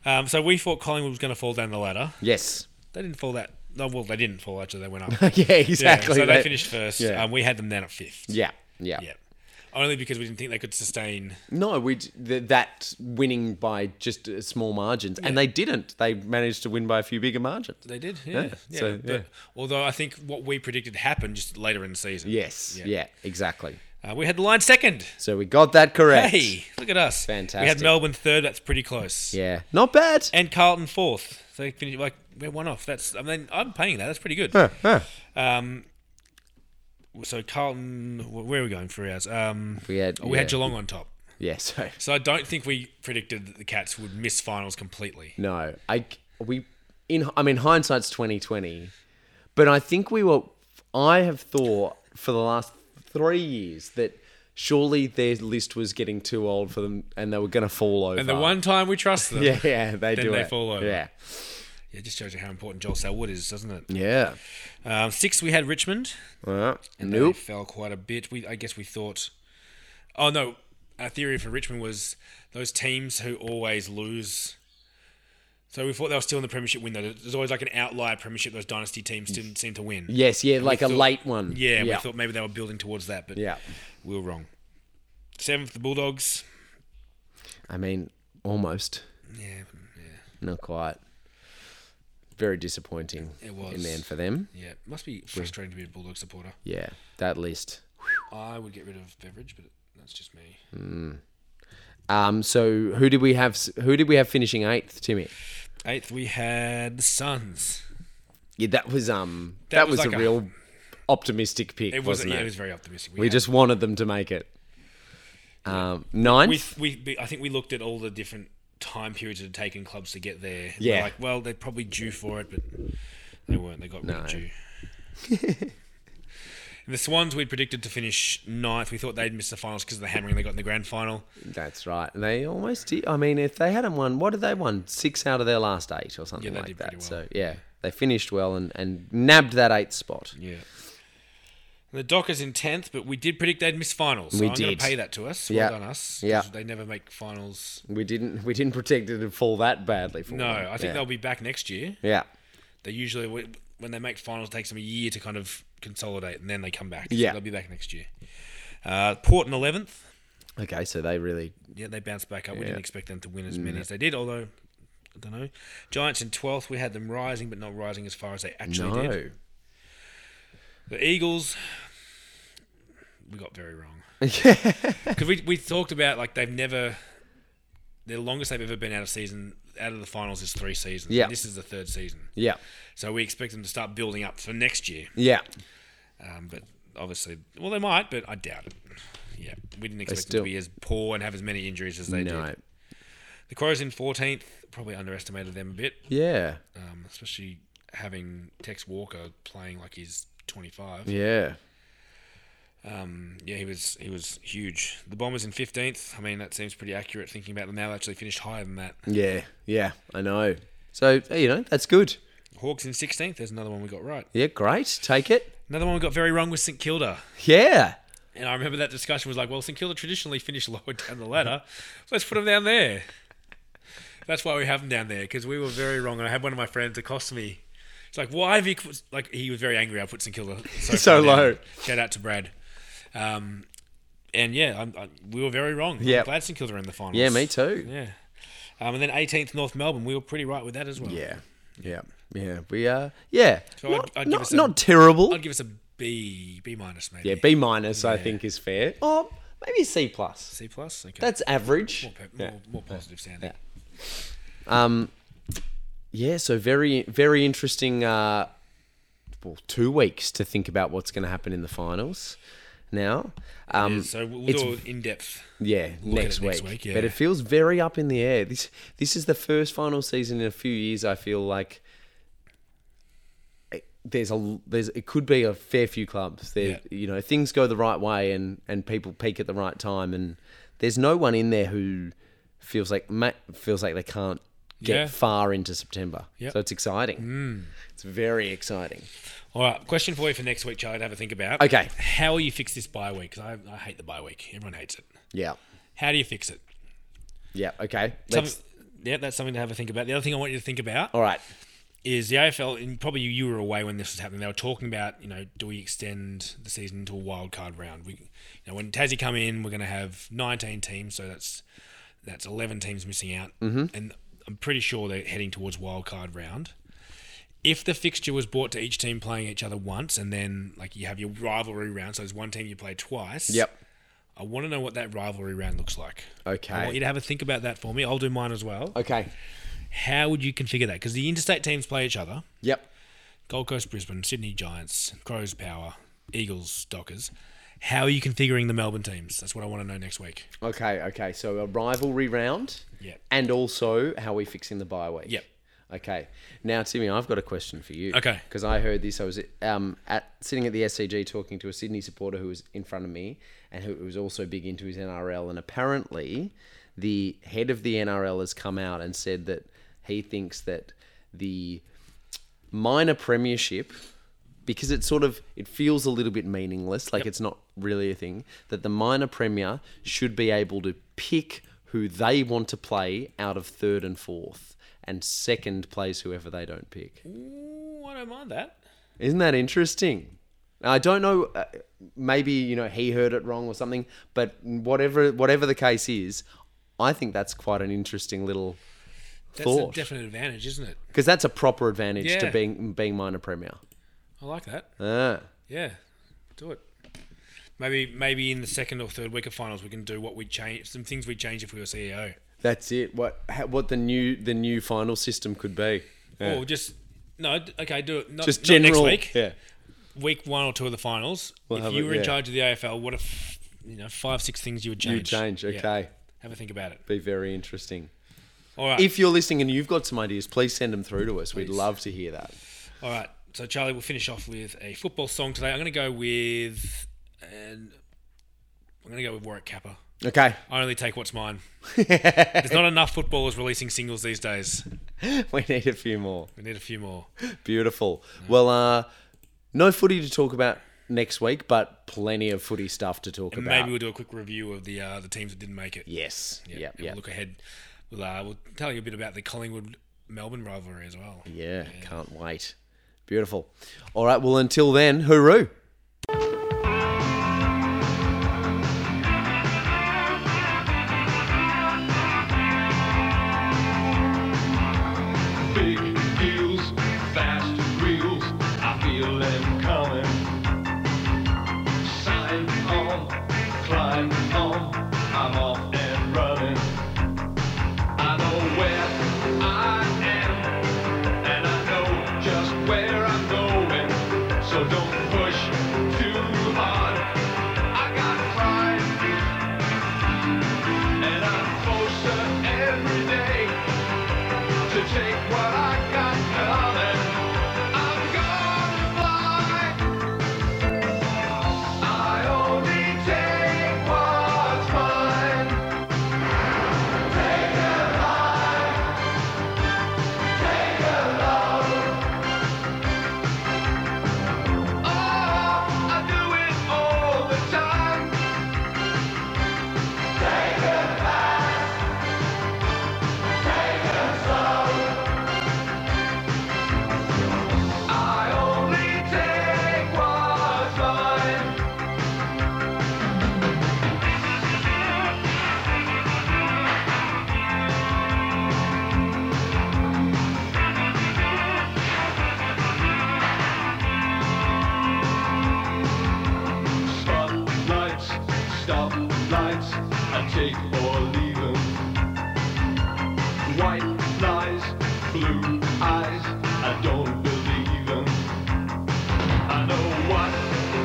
Speaker 3: Um, so we thought Collingwood was going to fall down the ladder.
Speaker 2: Yes.
Speaker 3: They didn't fall that. No, well, they didn't fall actually. They went up.
Speaker 2: yeah,
Speaker 3: Yeah,
Speaker 2: *laughs* exactly.
Speaker 3: so they,
Speaker 2: That-
Speaker 3: finished first.
Speaker 2: yeah.
Speaker 3: Um, we had them down at fifth.
Speaker 2: Yeah, yeah.
Speaker 3: Yeah. Only because we didn't think they could sustain.
Speaker 2: No, we d- th- that winning by just uh, small margins, and they didn't. They managed to win by a few bigger margins.
Speaker 3: They did. Yeah.
Speaker 2: Yeah, so,
Speaker 3: but-
Speaker 2: yeah.
Speaker 3: Although I think what we predicted happened just later in the season.
Speaker 2: Yes,
Speaker 3: Yeah.
Speaker 2: yeah. exactly.
Speaker 3: Uh, we had the Lions second.
Speaker 2: So we got that correct.
Speaker 3: Hey, look at us. We had
Speaker 2: Fantastic.
Speaker 3: Melbourne third. That's pretty close.
Speaker 2: Yeah, not bad.
Speaker 3: And Carlton fourth. So they finished like we're one off. That's I mean I'm paying that. That's pretty good.
Speaker 2: Huh, huh.
Speaker 3: Um, so Carlton, wh- where are we going for ours? Um,
Speaker 2: We had-
Speaker 3: oh, we had
Speaker 2: yeah.
Speaker 3: Geelong on top.
Speaker 2: Yeah, so
Speaker 3: So I don't think we predicted that the Cats would miss finals completely.
Speaker 2: No, I we in I mean hindsight's twenty twenty, but I think we were. I have thought for the last three years that surely their list was getting too old for them, and they were going to fall over.
Speaker 3: And the one time we trust
Speaker 2: *laughs*
Speaker 3: them,
Speaker 2: yeah, yeah, they
Speaker 3: Then
Speaker 2: do
Speaker 3: they
Speaker 2: it.
Speaker 3: fall over.
Speaker 2: Yeah,
Speaker 3: Yeah, it just shows you how important Joel Selwood is, doesn't it?
Speaker 2: yeah.
Speaker 3: Um, six, we had Richmond.
Speaker 2: Well,
Speaker 3: They
Speaker 2: nope.
Speaker 3: fell quite a bit. We, I guess, we thought. Oh no, our theory for Richmond was those teams who always lose. So we thought they were still in the premiership window. There's always like an outlier premiership. Those dynasty teams didn't seem to win.
Speaker 2: Yes, yeah, like a
Speaker 3: thought-
Speaker 2: late one.
Speaker 3: Yeah, we
Speaker 2: yeah.
Speaker 3: thought maybe they were building towards that, but
Speaker 2: Yeah.
Speaker 3: we were wrong. Seventh, the Bulldogs.
Speaker 2: I mean, almost,
Speaker 3: Yeah,
Speaker 2: not quite. Very disappointing.
Speaker 3: It was.
Speaker 2: in the end for them.
Speaker 3: yeah, must be frustrating to be a Bulldog supporter.
Speaker 2: Yeah, that list.
Speaker 3: I would get rid of Beveridge, but that's just me.
Speaker 2: Um, so who did we have? s- Who did we have finishing eighth, Timmy?
Speaker 3: Eighth, we had the Suns.
Speaker 2: Yeah, that was um
Speaker 3: That
Speaker 2: that,
Speaker 3: was
Speaker 2: was,
Speaker 3: like
Speaker 2: a
Speaker 3: a-
Speaker 2: real optimistic pick,
Speaker 3: It was
Speaker 2: wasn't
Speaker 3: yeah,
Speaker 2: it?
Speaker 3: it was very optimistic.
Speaker 2: we
Speaker 3: had-
Speaker 2: just wanted them to make it. Um, ninth,
Speaker 3: we, we we- I think we looked at all the different time periods it had taken clubs to get there. We're
Speaker 2: Yeah.
Speaker 3: like well, they're probably due for it, but they weren't. They got rid of
Speaker 2: No. *laughs*
Speaker 3: due. the Swans we predicted to finish ninth. We thought they'd miss the finals because of the hammering they got in the grand final.
Speaker 2: that's right. And they almost did. I mean, if they hadn't won, what did they won? Six out of their last eight or something
Speaker 3: they
Speaker 2: like
Speaker 3: did
Speaker 2: that.
Speaker 3: pretty well.
Speaker 2: So yeah, they finished well and, and nabbed that eighth spot.
Speaker 3: Yeah. The Dockers in tenth, but we did predict they'd miss finals. So
Speaker 2: We
Speaker 3: I'm going
Speaker 2: did.
Speaker 3: to pay that to us. Well
Speaker 2: Yeah.
Speaker 3: done us. 'cause
Speaker 2: Yeah.
Speaker 3: They never make finals.
Speaker 2: We didn't we didn't protect it to fall that badly for
Speaker 3: No,
Speaker 2: them.
Speaker 3: I think
Speaker 2: yeah.
Speaker 3: they'll be back next year.
Speaker 2: yeah.
Speaker 3: They usually when they make finals, it takes them a year to kind of consolidate, and then they come back. So
Speaker 2: Yeah.
Speaker 3: they'll be back next year. Uh, Port in eleventh.
Speaker 2: Okay, so they really
Speaker 3: Yeah, they bounced back up. We didn't expect them to win as
Speaker 2: Mm.
Speaker 3: many as they did, although I don't know. Giants in twelfth. We had them rising, but not rising as far as they actually
Speaker 2: no.
Speaker 3: did. The Eagles. We got
Speaker 2: *laughs*
Speaker 3: very wrong. Because we, we talked about like they've never the longest they've ever been out of season out of the finals is three seasons.
Speaker 2: Yeah.
Speaker 3: This is the third season.
Speaker 2: Yeah,
Speaker 3: So we expect them to start building up for next year.
Speaker 2: yeah.
Speaker 3: Um, but obviously, well, they might, but I doubt it. Yeah, we didn't expect
Speaker 2: still-
Speaker 3: them to be as poor and have as many injuries as they
Speaker 2: no,
Speaker 3: did. The Crows in 14th, probably underestimated them a bit,
Speaker 2: yeah,
Speaker 3: um, especially having Tex Walker playing like he's 25.
Speaker 2: yeah.
Speaker 3: Um, yeah, he was he was huge. The Bombers in 15th. I mean, that seems pretty accurate thinking about them now. They actually finished higher than that.
Speaker 2: Yeah, yeah, I know. So you know that's good.
Speaker 3: Hawks in 16th. There's another one we got right.
Speaker 2: Yeah, great. Take it.
Speaker 3: Another one we got very wrong was St Kilda.
Speaker 2: Yeah,
Speaker 3: And I remember that discussion was like, well, St Kilda traditionally finish *laughs* lower down the ladder. Let's put them down there. That's why we have them down there because we were very wrong. And I had one of my friends accost me. It's like, why have you put- like? He was very angry. I put
Speaker 2: *laughs*
Speaker 3: St Kilda so,
Speaker 2: So
Speaker 3: far down.
Speaker 2: low.
Speaker 3: Shout out to Brad. Um, and yeah, I'm, I, we were very wrong. Yeah,
Speaker 2: Yeah.
Speaker 3: I'm glad St Kilda are in the finals.
Speaker 2: yeah, me too.
Speaker 3: Yeah. Um, and then 18th North Melbourne, we were pretty right with that as well.
Speaker 2: Yeah, yeah, yeah. We are. Yeah,
Speaker 3: So I'd-
Speaker 2: not,
Speaker 3: I'd give
Speaker 2: not,
Speaker 3: us a-
Speaker 2: not terrible.
Speaker 3: I'd give us a B, B minus maybe.
Speaker 2: yeah, B minus I think is fair. Or maybe a C plus.
Speaker 3: C plus. Okay.
Speaker 2: That's average.
Speaker 3: more, pe-
Speaker 2: Yeah.
Speaker 3: more, more positive sounding.
Speaker 2: Um, yeah, so very, very interesting. Uh, well, two weeks to think about what's going to happen in the finals. Now, um,
Speaker 3: Yeah, so we'll
Speaker 2: it's-
Speaker 3: do it in depth.
Speaker 2: yeah,
Speaker 3: Look at
Speaker 2: next
Speaker 3: it
Speaker 2: week.
Speaker 3: next week, yeah.
Speaker 2: But it feels very up in the air. This this is the first final season in a few years. I feel like it- there's a there's it could be a fair few clubs. There,
Speaker 3: Yeah.
Speaker 2: you know, things go the right way and and people peak at the right time. And there's no one in there who feels like ma- feels like they can't get
Speaker 3: Yeah.
Speaker 2: far into September.
Speaker 3: Yep. Hmm.
Speaker 2: So it's exciting. It's very exciting.
Speaker 3: All right, question for you for next week, Charlie, to have a think about.
Speaker 2: Okay.
Speaker 3: How will you fix this bye week? 'Cause I, I hate the bye week. Everyone hates it.
Speaker 2: Yeah.
Speaker 3: How do you fix it?
Speaker 2: Yeah. Okay.
Speaker 3: Some-
Speaker 2: Let's,
Speaker 3: yeah, that's something to have a think about. The other thing I want you to think about
Speaker 2: all right.
Speaker 3: is the AFL, and probably you were away when this was happening. They were talking about, you know, do we extend the season to a wild card round? We, you know, when Tassie come in, we're going to have 19 teams, so that's that's 11 teams missing out, mm-hmm. and I'm pretty sure they're heading towards wild card round. If the fixture was brought to each team playing each other once, and then like you have your rivalry round, so there's one team you play twice.
Speaker 2: Yep.
Speaker 3: I want to know what that rivalry round looks like. I want you
Speaker 2: Okay.
Speaker 3: to have a think about that for me. I'll do mine as well.
Speaker 2: Okay.
Speaker 3: How would you configure that? Because the interstate teams play each other.
Speaker 2: Yep.
Speaker 3: Gold Coast, Brisbane, Sydney Giants, Crows Power, Eagles, Dockers. How are you configuring the Melbourne teams? That's what I want to know next week.
Speaker 2: Okay, okay. So a rivalry round.
Speaker 3: Yeah.
Speaker 2: And also how we fixing the bye week.
Speaker 3: Yep.
Speaker 2: Okay. Now, Timmy, I've got a question for you.
Speaker 3: Okay.
Speaker 2: Because I heard this. I was um, at sitting at the SCG talking to a Sydney supporter who was in front of me and who was also big into his NRL. And apparently, the head of the NRL has come out and said that he thinks that the minor premiership because it sort of it feels a little bit meaningless like it's not really a thing that the minor premier should be able to pick who they want to play out of third and fourth and second plays whoever they don't pick
Speaker 3: Ooh, I don't mind that.
Speaker 2: isn't that interesting i don't know uh, maybe you know he heard it wrong or something but whatever whatever the case is i think that's quite an interesting little
Speaker 3: That's a
Speaker 2: thought
Speaker 3: definite advantage, isn't it?
Speaker 2: because that's a proper advantage to
Speaker 3: Yeah.
Speaker 2: being being minor premier
Speaker 3: I like that.
Speaker 2: ah.
Speaker 3: Yeah, do it. Maybe maybe in the second or third week of finals we can do what we change some things we change if we were E CEO.
Speaker 2: That's it. What ha- what the new the new final system could be.
Speaker 3: Or just no, d- okay, do it. Not,
Speaker 2: Just
Speaker 3: not
Speaker 2: general.
Speaker 3: next week.
Speaker 2: Yeah.
Speaker 3: Week one or two of the finals.
Speaker 2: have
Speaker 3: if you
Speaker 2: it,
Speaker 3: were
Speaker 2: yeah.
Speaker 3: in charge of the AFL, what if you know five six things you would change?
Speaker 2: You change.
Speaker 3: Yeah.
Speaker 2: Okay.
Speaker 3: Have a think about it.
Speaker 2: Be very interesting.
Speaker 3: All right.
Speaker 2: If you're listening and you've got some ideas, please send them through to us. We'd love to hear that.
Speaker 3: All right, so Charlie, we'll finish off with a football song today. I'm going to go with, and I'm going to go with Warwick Kappa.
Speaker 2: Okay. *laughs*
Speaker 3: I only take what's mine. There's not enough footballers releasing singles these days.
Speaker 2: we need a few more.
Speaker 3: We need a few more.
Speaker 2: Beautiful. Well, uh, no footy to talk about next week, but plenty of footy stuff to talk about.
Speaker 3: Maybe we'll do a quick review of the uh, the teams that didn't make it.
Speaker 2: yes.
Speaker 3: Yeah,
Speaker 2: Yep.
Speaker 3: and
Speaker 2: Yep.
Speaker 3: We'll look ahead. We'll uh, we'll tell you a bit about the Collingwood Melbourne rivalry as well.
Speaker 2: Yeah. Can't wait. Beautiful. All right. Well, until then, hooroo.
Speaker 4: Big deals, fast reels, I feel them coming. Sign on, climb on, I'm off and running. I know where I am, and I know just where I'm going. So don't push too hard. I got pride. And I'm closer every day to take what I got coming. I'm gonna fly. I only take what's mine. Take a lie. Take a love. Oh, I do it all the time. Take a lie. Take a slow. I only take what's mine. Spotlights, stop lights. nights I take or leave 'em. White lies, blue eyes, I don't believe 'em. I know what to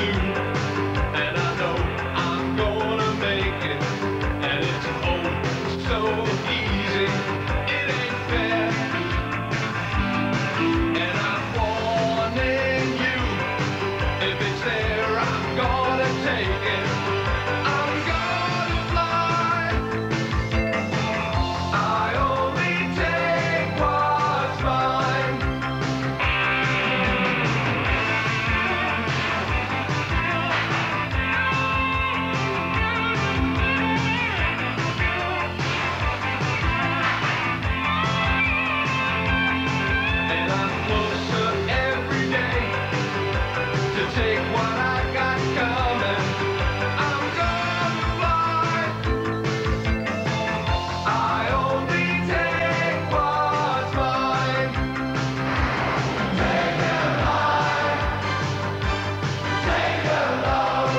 Speaker 4: do, and I know I'm gonna make it. And it's oh so easy, it ain't fair. And I'm warning you. If it's there, I'm gonna take it. I'm gonna fly. I only take what's mine. And I'm closer every day to take what I got coming. I'm gonna fly. I only take what's mine. Take a life, take a love.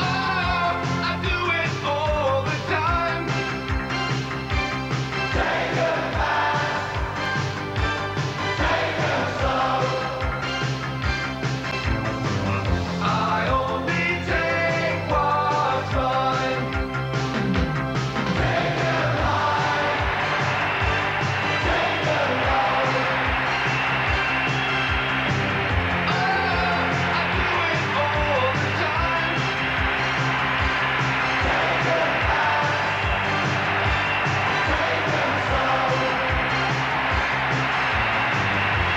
Speaker 4: Oh, I do it all the time. Take a fast, take a slow. I only take what's mine. Take a life, take a love. Oh, I do it all the time. Take a fast, take a slow.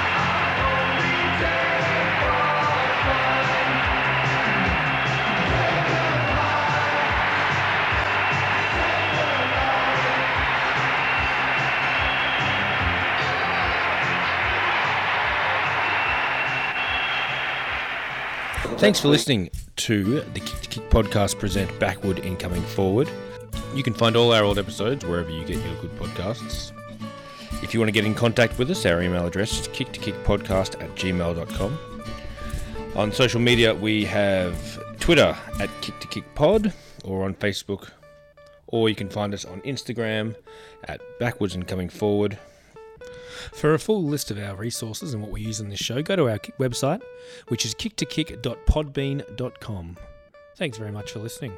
Speaker 4: I only take what's mine.
Speaker 3: Thanks for listening to the Kick to Kick podcast present Backward Incoming Forward. You can find all our old episodes wherever you get your good podcasts. If you want to get in contact with us, our email address is kicktokickpodcast at gmail.com. On social media, we have Twitter at kicktokickpod or on Facebook, or you can find us on Instagram at backwards and coming forward.
Speaker 5: For a full list of our resources and what we use on this show, go to our ki- website, which is kicktokick.podbean.com. Thanks very much for listening.